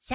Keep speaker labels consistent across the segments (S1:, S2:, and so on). S1: シ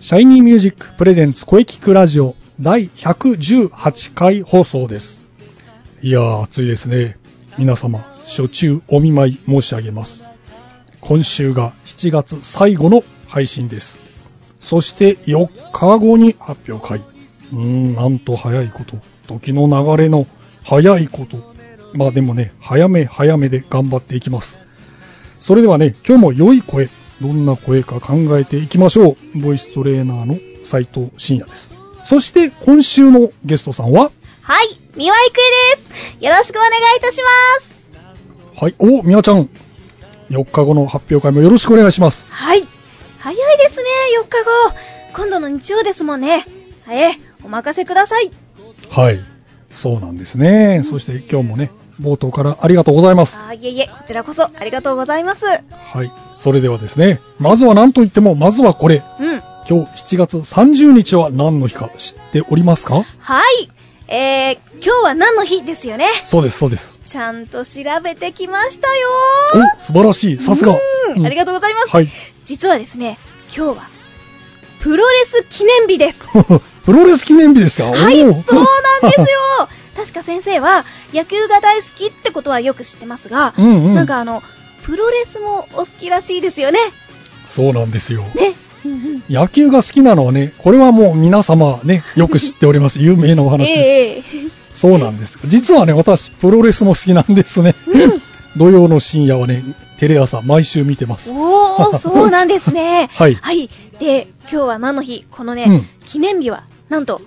S2: シャイニーミュージックプレゼンツ声聞くラジオ第118回放送です。いやー、暑いですね。皆様、初中お見舞い申し上げます。今週が7月最後の配信です。そして4日後に発表会。うーん、なんと早いこと。時の流れの早いこと。まあでもね、早め早めで頑張っていきます。それではね、今日も良い声、どんな声か考えていきましょう。ボイストレーナーの斉藤慎也です。そして今週のゲストさんは、
S1: はい、三輪郁恵です。よろしくお願いいたします。
S2: はい、お、みなちゃん。4日後の発表会もよろしくお願いします。
S1: はい、早いですね、4日後。今度の日曜ですもんね。ええ、お任せください。
S2: はい、そうなんですね。そして今日もね、冒頭からありがとうございます。
S1: あー、いえいえ、こちらこそありがとうございます。う
S2: はい、それではですね、まずは何と言っても、まずはこれ。
S1: ん。
S2: 今日7月30日は何の日か知っておりますか
S1: はい、えー、今日は何の日ですよね。
S2: そうです、そうです。
S1: ちゃんと調べてきましたよ
S2: お、素晴らしい、さすが。
S1: うんありがとうございます。
S2: はい。
S1: 実はですね、今日は、プロレス記念日です。
S2: プロレス記念日ですか
S1: はい、そうな
S2: お
S1: ん
S2: ー
S1: ですよ 確か先生は、野球が大好きってことはよく知ってますが、
S2: うんうん
S1: なんかあの、プロレスもお好きらしいですよね。
S2: そうなんですよ。
S1: ね。うんうん。
S2: 野球が好きなのはね、これはもう皆様ね、よく知ってお ります。有名なお話です。
S1: ええ
S2: そうなんです。実はね、私、プロレスも好きなんですね。土曜の深夜はね、テレ朝、毎週見てます。。
S1: おー、そうなんですね
S2: はい
S1: はい。で、今日は何の日このね、
S2: うん
S1: 記念日は、なんと、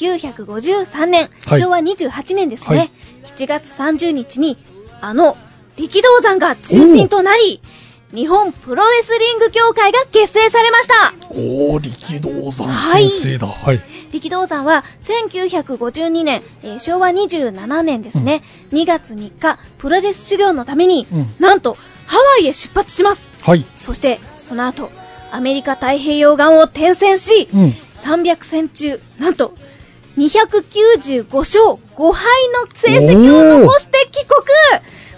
S1: 1953年、
S2: はい
S1: 昭和28年ですね、
S2: はい
S1: 7月30日に、あの、力道山が中心となり、日本プロレスリング協会が結成されました
S2: おー、力道山
S1: はい
S2: 先生だ。はい。
S1: 力道山は1952年、えー昭和27年ですね、2月3日プロレス修行のために、
S2: うん
S1: なんとハワイへ出発します
S2: はい。
S1: そしてその後アメリカ太平洋岸を転戦し、
S2: うん。
S1: 300戦中なんと295勝5敗の成績を残して帰国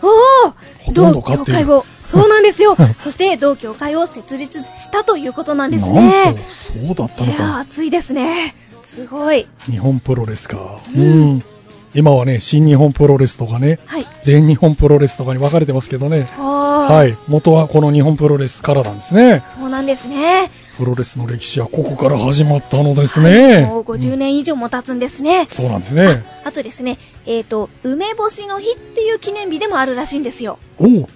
S1: お
S2: ほ
S1: お
S2: と
S1: 同
S2: んど勝
S1: 協
S2: ってる
S1: 会をそうなんですよ
S2: はい
S1: そして同協会を設立したということなんです
S2: な
S1: ね
S2: んと、そうだった
S1: い
S2: の
S1: やー
S2: か。
S1: 熱いですねすごい
S2: 日本プロレスか。う
S1: うん
S2: ん。今はね、新日本プロレスとかね、
S1: はい
S2: 全日本プロレスとかに分かれてますけどね。は。
S1: はい
S2: 元はこの日本プロレスからなんですね。
S1: そうなんですね。
S2: プロレスの歴史はここから始まったのですね。
S1: もう50
S2: うん
S1: 年以上も経つんですね。
S2: そうなんですね。
S1: あとですね、えっ、と、梅干しの日っていう記念日でもあるらしいんですよ。
S2: おう
S1: うん。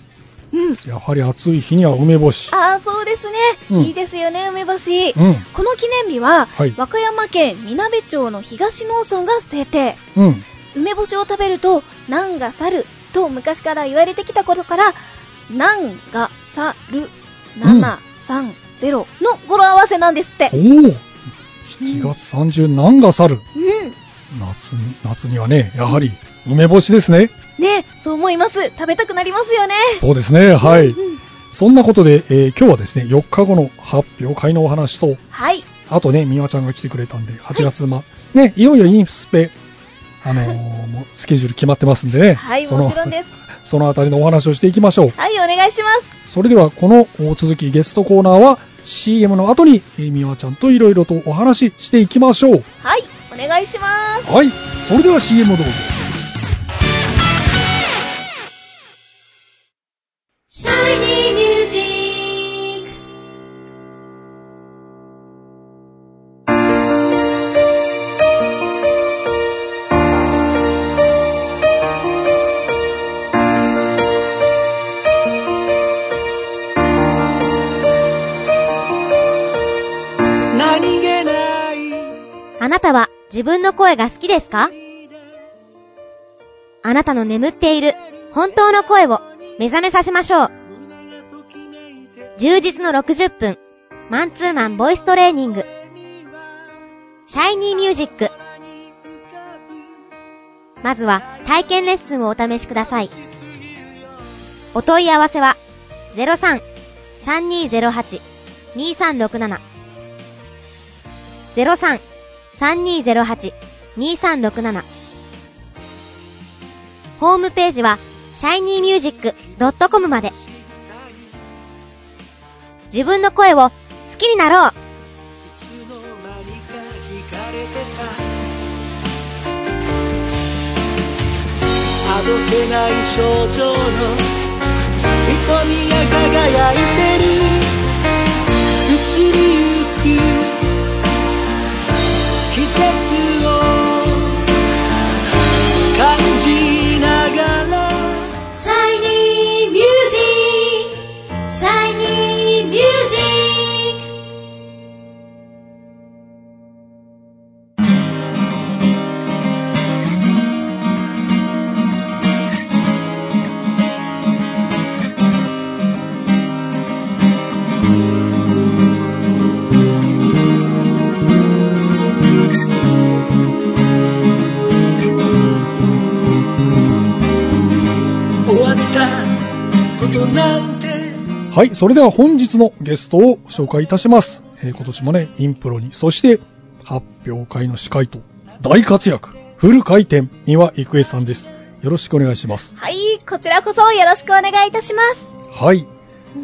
S2: やはり暑い日には梅干し。
S1: ああ、そうですね、
S2: うん
S1: いいですよね、梅干し。
S2: うん。
S1: この記念日は、
S2: はい
S1: 和歌山県みなべ町の東農村が制定。
S2: うん。
S1: 梅干しを食べると、難が去ると昔から言われてきたことから、難が去る730の語呂合わせなんですって
S2: お。お !7 月30、何が去る
S1: うん。
S2: 夏に、夏にはね、やはり梅干しですね。
S1: ね、そう思います。食べたくなりますよね。
S2: そうですね。はい。
S1: うん
S2: そんなことで、えー今日はですね、4日後の発表会のお話と、
S1: はい。
S2: あとね、みわちゃんが来てくれたんで、8月ま、ね、いよいよインスペ、あのーもうスケジュール決まってますんでね。
S1: はい、
S2: その
S1: もちろんです。
S2: そのあたりのお話をしていきましょう。
S1: はい、お願いします。
S2: それでは、この続きゲストコーナーは、CM の後に、えーみわちゃんといろいろとお話ししていきましょう。
S1: はい、お願いします。
S2: はい。それでは CM をどうぞ。
S1: シャイニーミュージック
S3: 何気ない
S4: あなたは自分の声が好きですかあなたの眠っている本当の声を目覚めさせましょう。充実の60分、マンツーマンボイストレーニング。シャイニーミュージック。まずは体験レッスンをお試しください。お問い合わせは、03-3208-2367。03-3208-2367。ホームページは、shinymusic.com まで。自分の声を好きになろう
S3: あどけない症状の瞳が輝いてる移りゆく季節を感じながら
S5: Shiny music, shiny music.
S3: 終わったことなんて
S2: はい、それでは本日のゲストを紹介いたします。えー今年もね、インプロに、そして発表会の司会と大活躍、フル回転、三輪郁恵さんです。よろしくお願いします。
S1: はい、こちらこそよろしくお願いいたします。
S2: はい。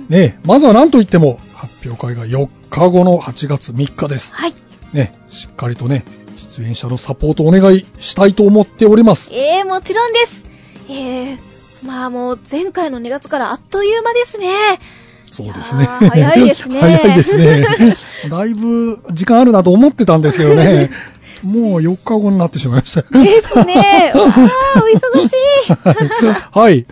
S2: ねえまずは何といっても、発表会が4日後の8月3日です。
S1: はい。
S2: ね、しっかりとね、出演者のサポートお願いしたいと思っております。
S1: ええもちろんです。ええまあもう前回の2月からあっという間ですね。
S2: そうですね。
S1: いやー早いですね
S2: 早いですね。だいぶ時間あるなと思ってたんですけ どね。もう4日後になってしまいました。
S1: です ね。わー、お忙しい。
S2: はい。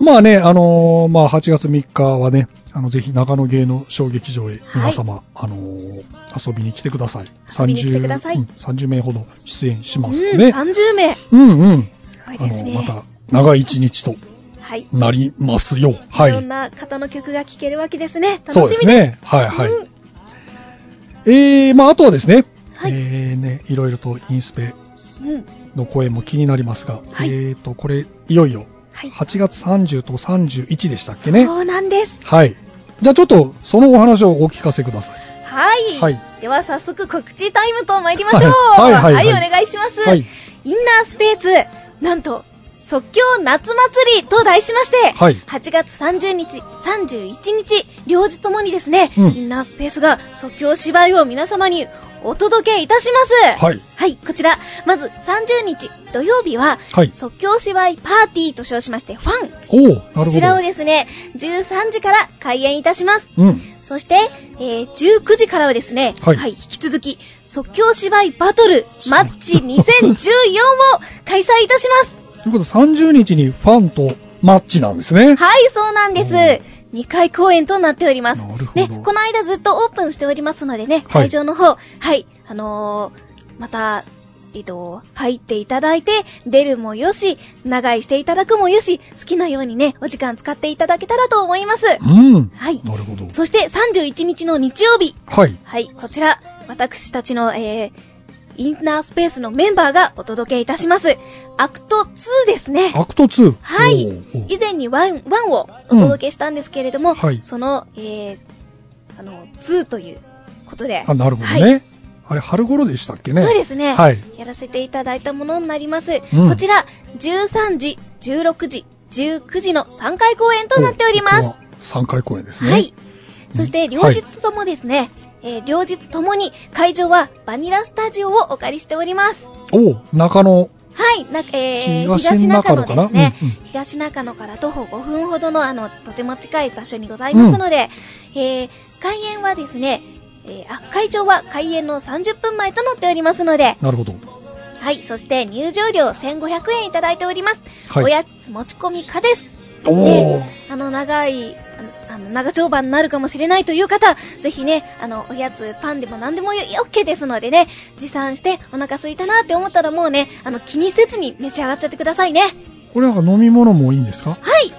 S2: まあね、あのーまあ8月3日はね、あの、ぜひ長野芸能小劇場へ皆様、あのー遊びに来てください。
S1: 遊びに来てください
S2: 30うん30名ほど出演します
S1: うん、
S2: ね。
S1: 30名。
S2: うんうん。
S1: すごい
S2: あ
S1: です
S2: の、
S1: ね。
S2: また、長い一日と
S1: はい。
S2: なりますよ。はい
S1: ろ
S2: い
S1: ん。な方の曲が聴けるわけですね。楽し
S2: そうで
S1: みですす。
S2: ね。はいはい。
S1: うん
S2: えー、まああとはですね、
S1: はい
S2: えーね、いろいろとインスペ
S1: うん。
S2: の声も気になりますが、
S1: はい
S2: えーと、これ、いよいよ、
S1: はい。
S2: 8月30と31でしたっけね。
S1: そうなんです。
S2: はい。じゃあちょっと、そのお話をお聞かせください。
S1: はい。
S2: はい
S1: では早速告知タイムと参りましょう。
S2: はいはいはいはい
S1: お願いします。
S2: はい。
S1: インナースペース、なんと、即興夏祭りと題しまして、
S2: はい
S1: 8月30日、31日、両日ともにですね、
S2: うん
S1: インナースペースが即興芝居を皆様にお届けいたします。
S2: はい。
S1: はい、こちら、まず30日土曜日は、
S2: はい。
S1: 即興芝居パーティーと称しまして、ファン。
S2: おおなるほど。
S1: こちらをですね、13時から開演いたします。
S2: うん。
S1: そして、えー19時からはですね、
S2: は
S1: はいい、引き続き、即興芝居バトルマッチ2014を開 催いたします。
S2: ということで、30日にファンとマッチなんですね。
S1: はい、そうなんです
S2: おー。
S1: 2回公演となっております。
S2: なるほど
S1: ね、この間ずっとオープンしておりますのでね、
S2: はい
S1: 会場の方、はい、あのーまた、えっと、入っていただいて、出るもよし、長居していただくもよし、好きなようにね、お時間使っていただけたらと思います。
S2: うん。
S1: はい。
S2: なるほど。
S1: そして31日の日曜日、
S2: はい。
S1: はい、こちら、私たちの、えー、インナースペースのメンバーがお届けいたします。アクト2ですね。
S2: アクト2。
S1: はい
S2: おーおー
S1: 以前に1、1をお届けしたんですけれども、
S2: うんはい
S1: その、えー、あの、2ということで、
S2: あ、なるほどね。
S1: はい
S2: あれ、春頃でしたっけね。
S1: そうですすね、
S2: はい。
S1: やらせていただいたものになります。
S2: うん
S1: こちら、13時、16時、19時の3回公演となっております。
S2: す。3回公演ですね。
S1: はい。そし
S2: う
S1: て、
S2: ん
S1: 両日ともですね、えー両日ともに会場はバニラスタジオをお借りしております。
S2: おお中
S1: は
S2: 野。
S1: い、なえー
S2: 東
S1: 東
S2: 中
S1: 中
S2: 野
S1: 野
S2: か
S1: で
S2: な
S1: すね、
S2: うんうん
S1: 東中野から徒歩5分ほどの、あの、とても近い場所にございますので、えー開演はですね、えーあ、会場は開演の30分前となっておりますので、
S2: なるほど。
S1: はい、そして入場料1500円いただいております。
S2: はい
S1: おやつ持ち込み可です。
S2: おお
S1: あの長い、あのあの長丁場になるかもしれないという方、ぜひね、あの、おやつ、パンでも何でもよ OK ですのでね、持参してお腹空いたなって思ったらもうね、あの、気にせずに召し上がっちゃってくださいね。
S2: これなんか飲み物もいいんですか
S1: はい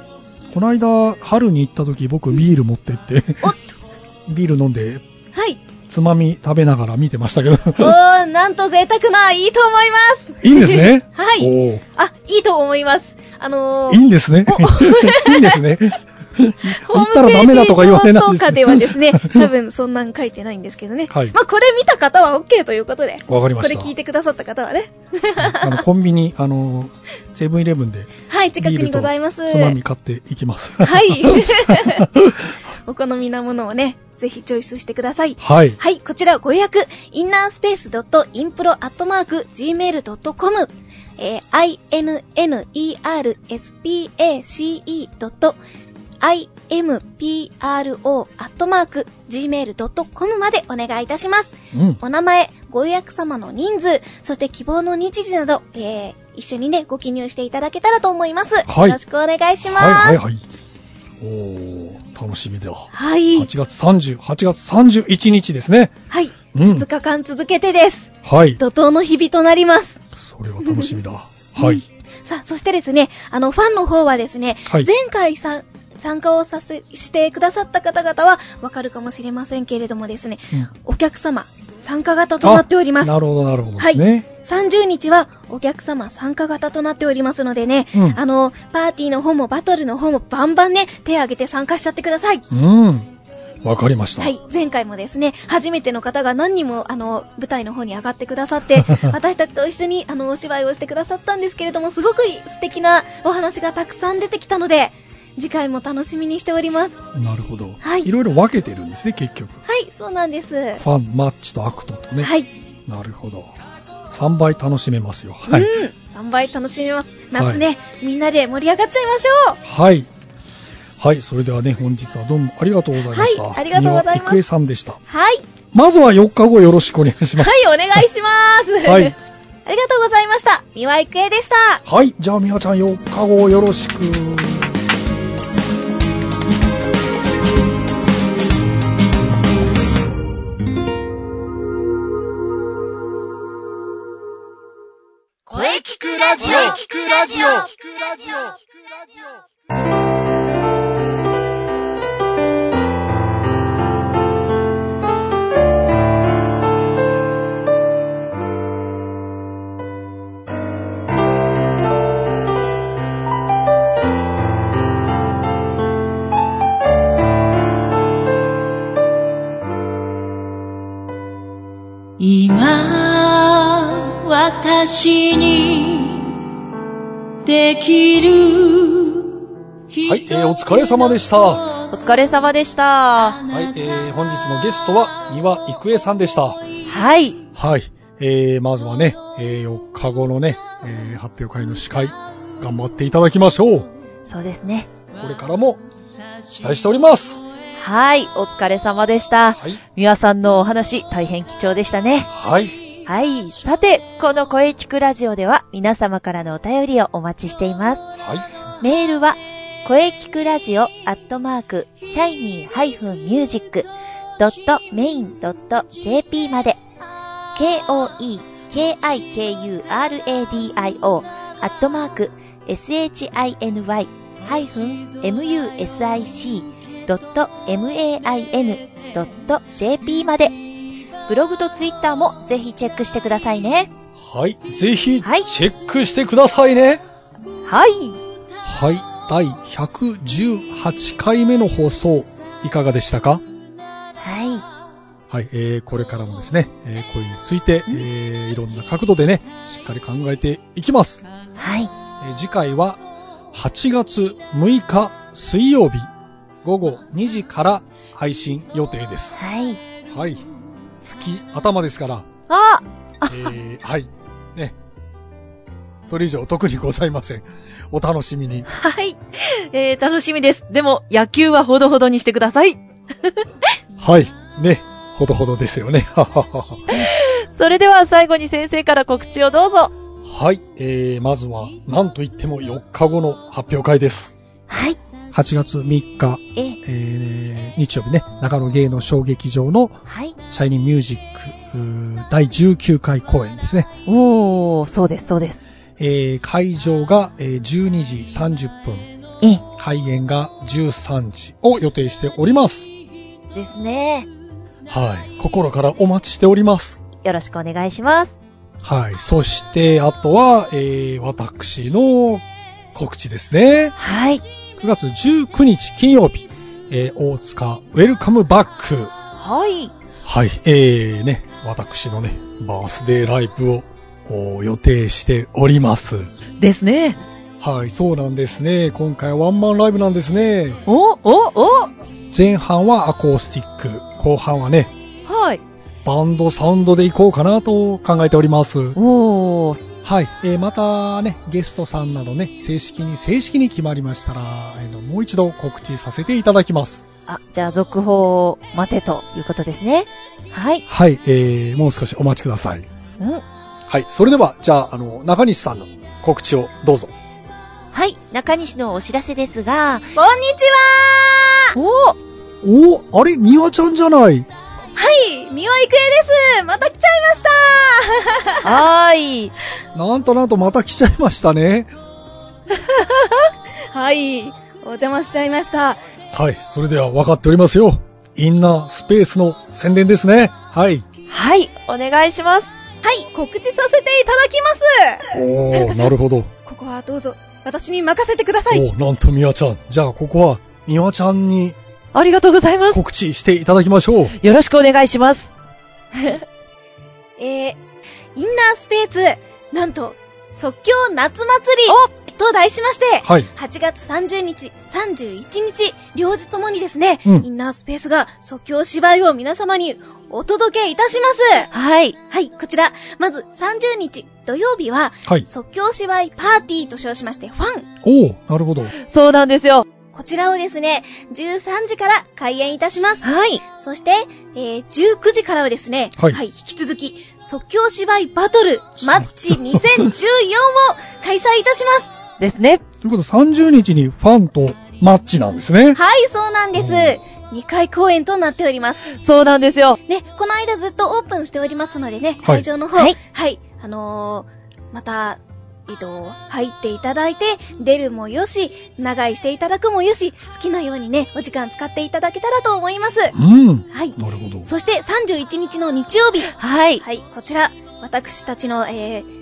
S2: この間、春に行った時、僕ビール持ってって、
S1: おっと。
S2: ビール飲んで、
S1: はい。
S2: つまみ食べながら見てましたけど。
S1: おー、なんと贅沢な、いいと思います。
S2: いいんですね
S1: はい。
S2: おー
S1: あ、いいと思います。あのー、
S2: いいんですね
S1: お。
S2: いい んですね。言っ
S1: ホームペ
S2: たらダメだとか言われ
S1: ージ
S2: ない
S1: 評
S2: で
S1: 価
S2: す
S1: ではですね、多分そんなん書いてないんですけどね。
S2: はい
S1: まあこれ見た方は OK ということで。
S2: わかり
S1: こ
S2: まし
S1: れ
S2: た。
S1: 聞いてくださった方はね。
S2: あの、コンビニ、あの、セブンイレブンで、
S1: はい、近く
S2: ビー
S1: に
S2: ルと
S1: ございます。
S2: つまみ買っていきます。
S1: はい。お好みなものをね、ぜひチョイスしてください。
S2: はい。
S1: はい、こちらご予約、innerspace.impro.gmail.com、えー、innerspace.impro.gmail.com までお願いいたします。
S2: うん。
S1: お名前、ご予約様の人数、そして希望の日時など、えー、一緒にね、ご記入していただけたらと思います。
S2: はい
S1: よろしくお願いします。
S2: はい、はい、はい。おー、楽しみだ。
S1: はい。はい。
S2: 8月30、8月31日ですね。うん
S1: 2。日間続けてです。
S2: はい。
S1: 怒涛の日々となります。
S2: それは楽しみだ。 はい。
S1: さあ、そしてですね、あの、ファンの方はですね、
S2: はい
S1: 前回さ、参加をさせ、してくださった方々は、わかるかもしれませんけれどもですね、
S2: うん
S1: お客様、参加型となっております。
S2: なるほど、なるほどですね。
S1: 30日は、お客様参加型となっておりますのでね、
S2: うん
S1: あの、パーティーの方もバトルの方もバンバンね、手挙げて参加しちゃってください。
S2: うん。わかりました。
S1: はい、前回もですね、初めての方が何人もあの舞台の方に上がってくださ って、私たちと一緒にあのお芝居をしてくださったんですけれども、すごく素敵なお話がたくさん出てきたので、次回も楽しみにしております。は
S2: なるほど。
S1: はい
S2: いろいろ分けてるんですね、結局。
S1: い、そうなんです。
S2: ファン、マッチとアクトとね。
S1: はい、
S2: なるほど。3倍楽しめますよ。はい。
S1: うん、3倍楽しめます。夏ね、みんなで盛り上がっちゃいましょう。
S2: はい。はい、それではね、本日はどうもありがとうございました。
S1: はいありがとうございます
S2: 三輪郁恵さんでした。
S1: はい、
S2: まずは4日後よろしくお願いします。
S1: はい、お願いします。
S2: はい
S1: ありがとうございました。三輪郁恵でした。
S2: はい、じゃあみわちゃん4日後よろしく。
S3: 声聞くラジオ聞くラジオ
S5: 今私にできる
S2: はい、えーお疲れ様でした
S6: お
S5: お
S6: 疲れ様でした。
S2: はい、えー、本日のゲストは三輪郁恵さんでした。
S6: はい。
S2: はい、えー、まずはね、えー、4日後のね、えー、発表会の司会、頑張っていただきましょう。
S6: そうですね。
S2: これからも期待しております。
S6: はい。お疲れ様でした。
S2: はい、
S6: ミワさんのお話、大変貴重でしたね。
S2: はい、
S6: はい。さて、この声聞くラジオでは、皆様からのお便りをお待ちしています。
S2: はい、
S6: メールは、声聞くラジオアットマーク、シャイニー -music.main.jp まで、k-o-e-k-i-k-u-r-a-d-i-o アットマーク、shiny-music.main.jp まで、ブログとツイッターもぜひチェックしてくださいね。
S2: はい、ぜひ、チ
S6: はい
S2: ェックしてくださいね。
S6: はい。
S2: はい、第118回目の放送、いかがでしたか
S6: は
S2: はい、えー、これからもですね、えー、声について、えー、いろんな角度でね、しっかり考えていきます。
S6: い。はい。
S2: えー、次回は、8月6日水曜日、午後2時から配信予定です。
S6: はい。
S2: はい、月頭ですから、
S6: あ
S2: えー、はい、ね。それ以上特にございません。お楽しみに。
S6: はい。えー、楽しみです。でも、野球はほどほどにしてください。
S2: はい、ね、ほどほどですよね。 はははは。
S6: それでは最後に先生から告知をどうぞ。
S2: はい、えー、まずは、なんといっても4日後の発表会です。
S6: はい。
S2: 8月3日、
S6: え、
S2: えー、日曜日ね、中野芸能小劇場の
S6: はい。
S2: シャイニーミュージックうー第19回公演ですね。
S6: おー、そうです、そうです。
S2: えー、会場が、えー12時30分、
S6: ええ。
S2: 開演が13時を予定しております。
S6: ですね。
S2: はい。心からお待ちしております。
S6: よろしくお願いします。
S2: はい。そして、あとは、えー、私の告知ですね。
S6: はい。
S2: 9月19日金曜日、えー、大塚ウェルカムバック。
S6: はい。
S2: はい。えー、ね、私のね、バースデーライブをお予定しております。
S6: ですね。
S2: はい、そうなんですね。今回はワンマンライブなんですね。
S6: お、お、お。
S2: 前半はアコースティック、後半はね、
S6: はい。
S2: バンドサウンドで行こうかなと考えております。
S6: おー。
S2: はい、えー、またね、ゲストさんなどね、正式に、正式に決まりましたら、あのもう一度告知させていただきます。
S6: あ、じゃあ続報を待てということですね。はい。
S2: はい、えー、もう少しお待ちください。
S6: うん。
S2: はい、それでは、じゃあ、あの、中西さんの告知をどうぞ。
S6: はい。中西のお知らせですが、
S5: こんにちは
S6: お
S2: おあれ、ニワちゃんじゃない。
S5: はい、三輪郁恵ですまた来ちゃいました
S6: はーい。
S2: なんとなんとまた来ちゃいましたね。
S1: はい。お邪魔しちゃいました。
S2: はい、それでは分かっておりますよ。インナースペースの宣伝ですね。はい。
S6: はい。お願いします。
S1: はい、告知させていただきます
S2: お
S1: なんか
S2: ー、
S1: さ
S2: なるほど。
S1: ここはどうぞ、私に任せてください。
S2: おー、なんとミワちゃん。じゃあ、ここは、ミワちゃんに
S6: ありがとうございま。
S2: 告知していただきましょう。
S6: よろしくお願いします。
S1: えー、インナースペース、なんと、即興夏祭りと題しまして、
S2: はい。
S1: 8月30日、31日、両日ともにですね、
S2: うん
S1: インナースペースが即興芝居を皆様にお届けいたします。
S6: はい。
S1: はい、こちら、まず30日土曜日は、
S2: はい。
S1: 即興芝居パーティーと称しまして、ファン
S2: おー、なるほど。
S6: そうなんですよ。
S1: こちらをですね、13時から開演いたします。
S6: はい。
S1: そして、えー19時からはですね、
S2: は
S1: はいい、引き続き、即興芝居バトルマッチ2014を開催いたします。
S6: ですね。
S2: ということで、30日にファンとマッチなんですね。
S1: はい、そうなんです。2回公演となっております。
S6: そうなんですよ。
S1: ね、この間ずっとオープンしておりますのでね、
S2: はい
S1: 会場の方、
S6: は
S1: はいい、あのー、また、えっと、入っていただいて、出るもよし、長居していただくもよし、好きなようにね、お時間使っていただけたらと思います。
S2: うん。
S1: はい。
S2: なるほど。
S1: そして31日の日曜日。
S6: はい。
S1: はい、こちら、私たちの、えー、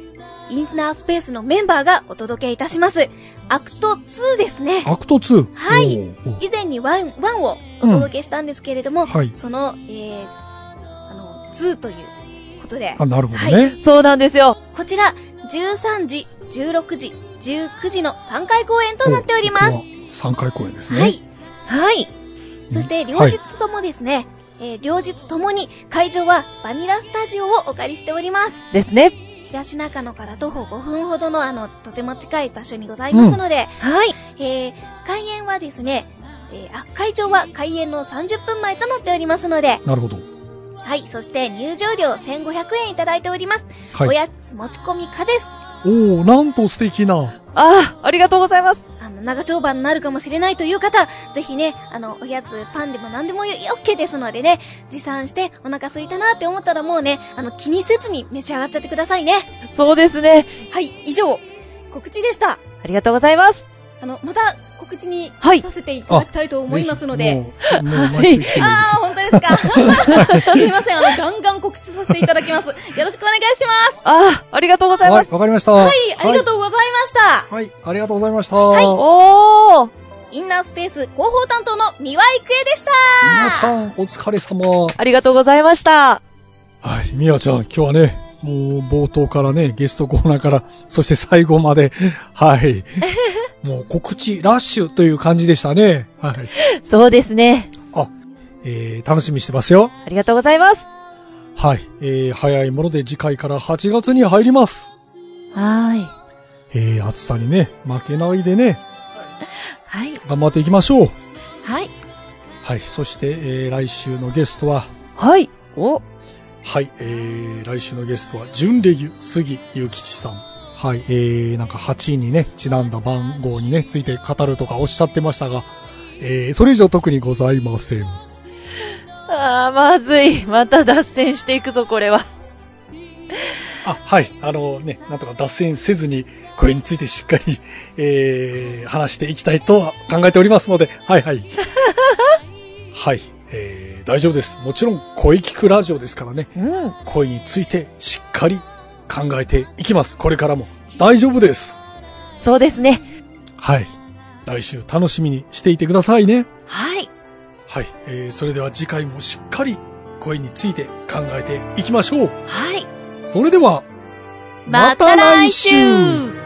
S1: インナースペースのメンバーがお届けいたします。アクト2ですね。
S2: アクト2。
S1: はい
S2: おー。おー
S1: 以前に1、1をお届けしたんですけれども、
S2: うんはい
S1: その、えー、あの、2ということで
S2: あ、、なるほどね。
S1: は
S6: そうなんですよ。
S1: こちら、13時、16時、19時の3回公演となっております。
S2: す。3回公演ですね。
S1: はい。
S6: はい。
S1: そして、両
S2: はい
S1: 日ともですね、えー両日ともに会場はバニラスタジオをお借りしております。
S6: ですね。
S1: 東中野から徒歩5分ほどのあの、とても近い場所にございますので、
S6: はい。
S1: えー、開演はですね、えーあ、会場は開演の30分前となっておりますので、
S2: なるほど。
S1: はい、そして入場料1500円いただいております。お
S2: はい。
S1: やつ持ち込み可です。
S2: おー、なんと素敵な。
S6: ああ、ありがとうございます。
S1: あの、長丁場になるかもしれないという方、ぜひね、あの、おやつ、パンでも何でもよ、OK ですのでね、持参してお腹空いたなって思ったらもうね、あの、気にせずに召し上がっちゃってくださいね。
S6: そうですね。
S1: はい、以上、告知でした。
S6: ありがとうございます。
S1: あの、また告知に
S6: はい
S1: させていただきたいと思いますので。
S2: ぜひ。もう、もう毎週来てもいいです
S1: ああ、本当 ですか。すいません、あの、ガンガン告知させていただきます。よろしくお願いします。
S6: ああ、ありがとうござい
S2: は
S6: ま
S2: い、
S6: す。
S2: わかりました。
S1: はい、ありがとうございました。
S2: う。はい、ありがとうございました。お
S6: おー。
S1: インナースペース広報担当の三輪郁恵でした。
S2: みやちゃん、お疲れ様。
S6: ありがとうございました。
S2: はい、みやちゃん、今日はね、もう冒頭からね、ゲストコーナーから、 そして最後まで、 はい。もう告知ラッシュという感じでしたね。はい。
S6: そうですね。
S2: あ、えー、楽しみにしてますよ。
S6: ありがとうございます。
S2: はい。えー、早いもので次回から8月に入ります。
S6: はーい。
S2: えー、暑さにね、負けないでね、
S6: はい。
S2: 頑張っていきましょう。
S6: はい。
S2: はい。そして、えー、来週のゲストは、
S6: はい。お、
S2: はい、えー、来週のゲストは、準レギュ、杉ゆきちさん。はい、えー、なんか8にね、ちなんだ番号にね、ついて語るとかおっしゃってましたが、えー、それ以上特にございません。は
S6: あー、まずい。また脱線していくぞ、これは。
S2: あ、はい。あのね、なんとか脱線せずに、これについてしっかり、えー、話していきたいとは考えておりますので、はい はい。はい。えー、大丈夫です。もちろん、声聞くラジオですからね、
S6: うん。
S2: 声についてしっかり考えていきます。これからも。大丈夫です。
S6: そうですね。
S2: はい。来週楽しみにしていてくださいね。
S6: はい。
S2: はい。えー、それでは次回もしっかり声について考えていきましょう。
S6: はい。
S2: それでは、
S1: また来週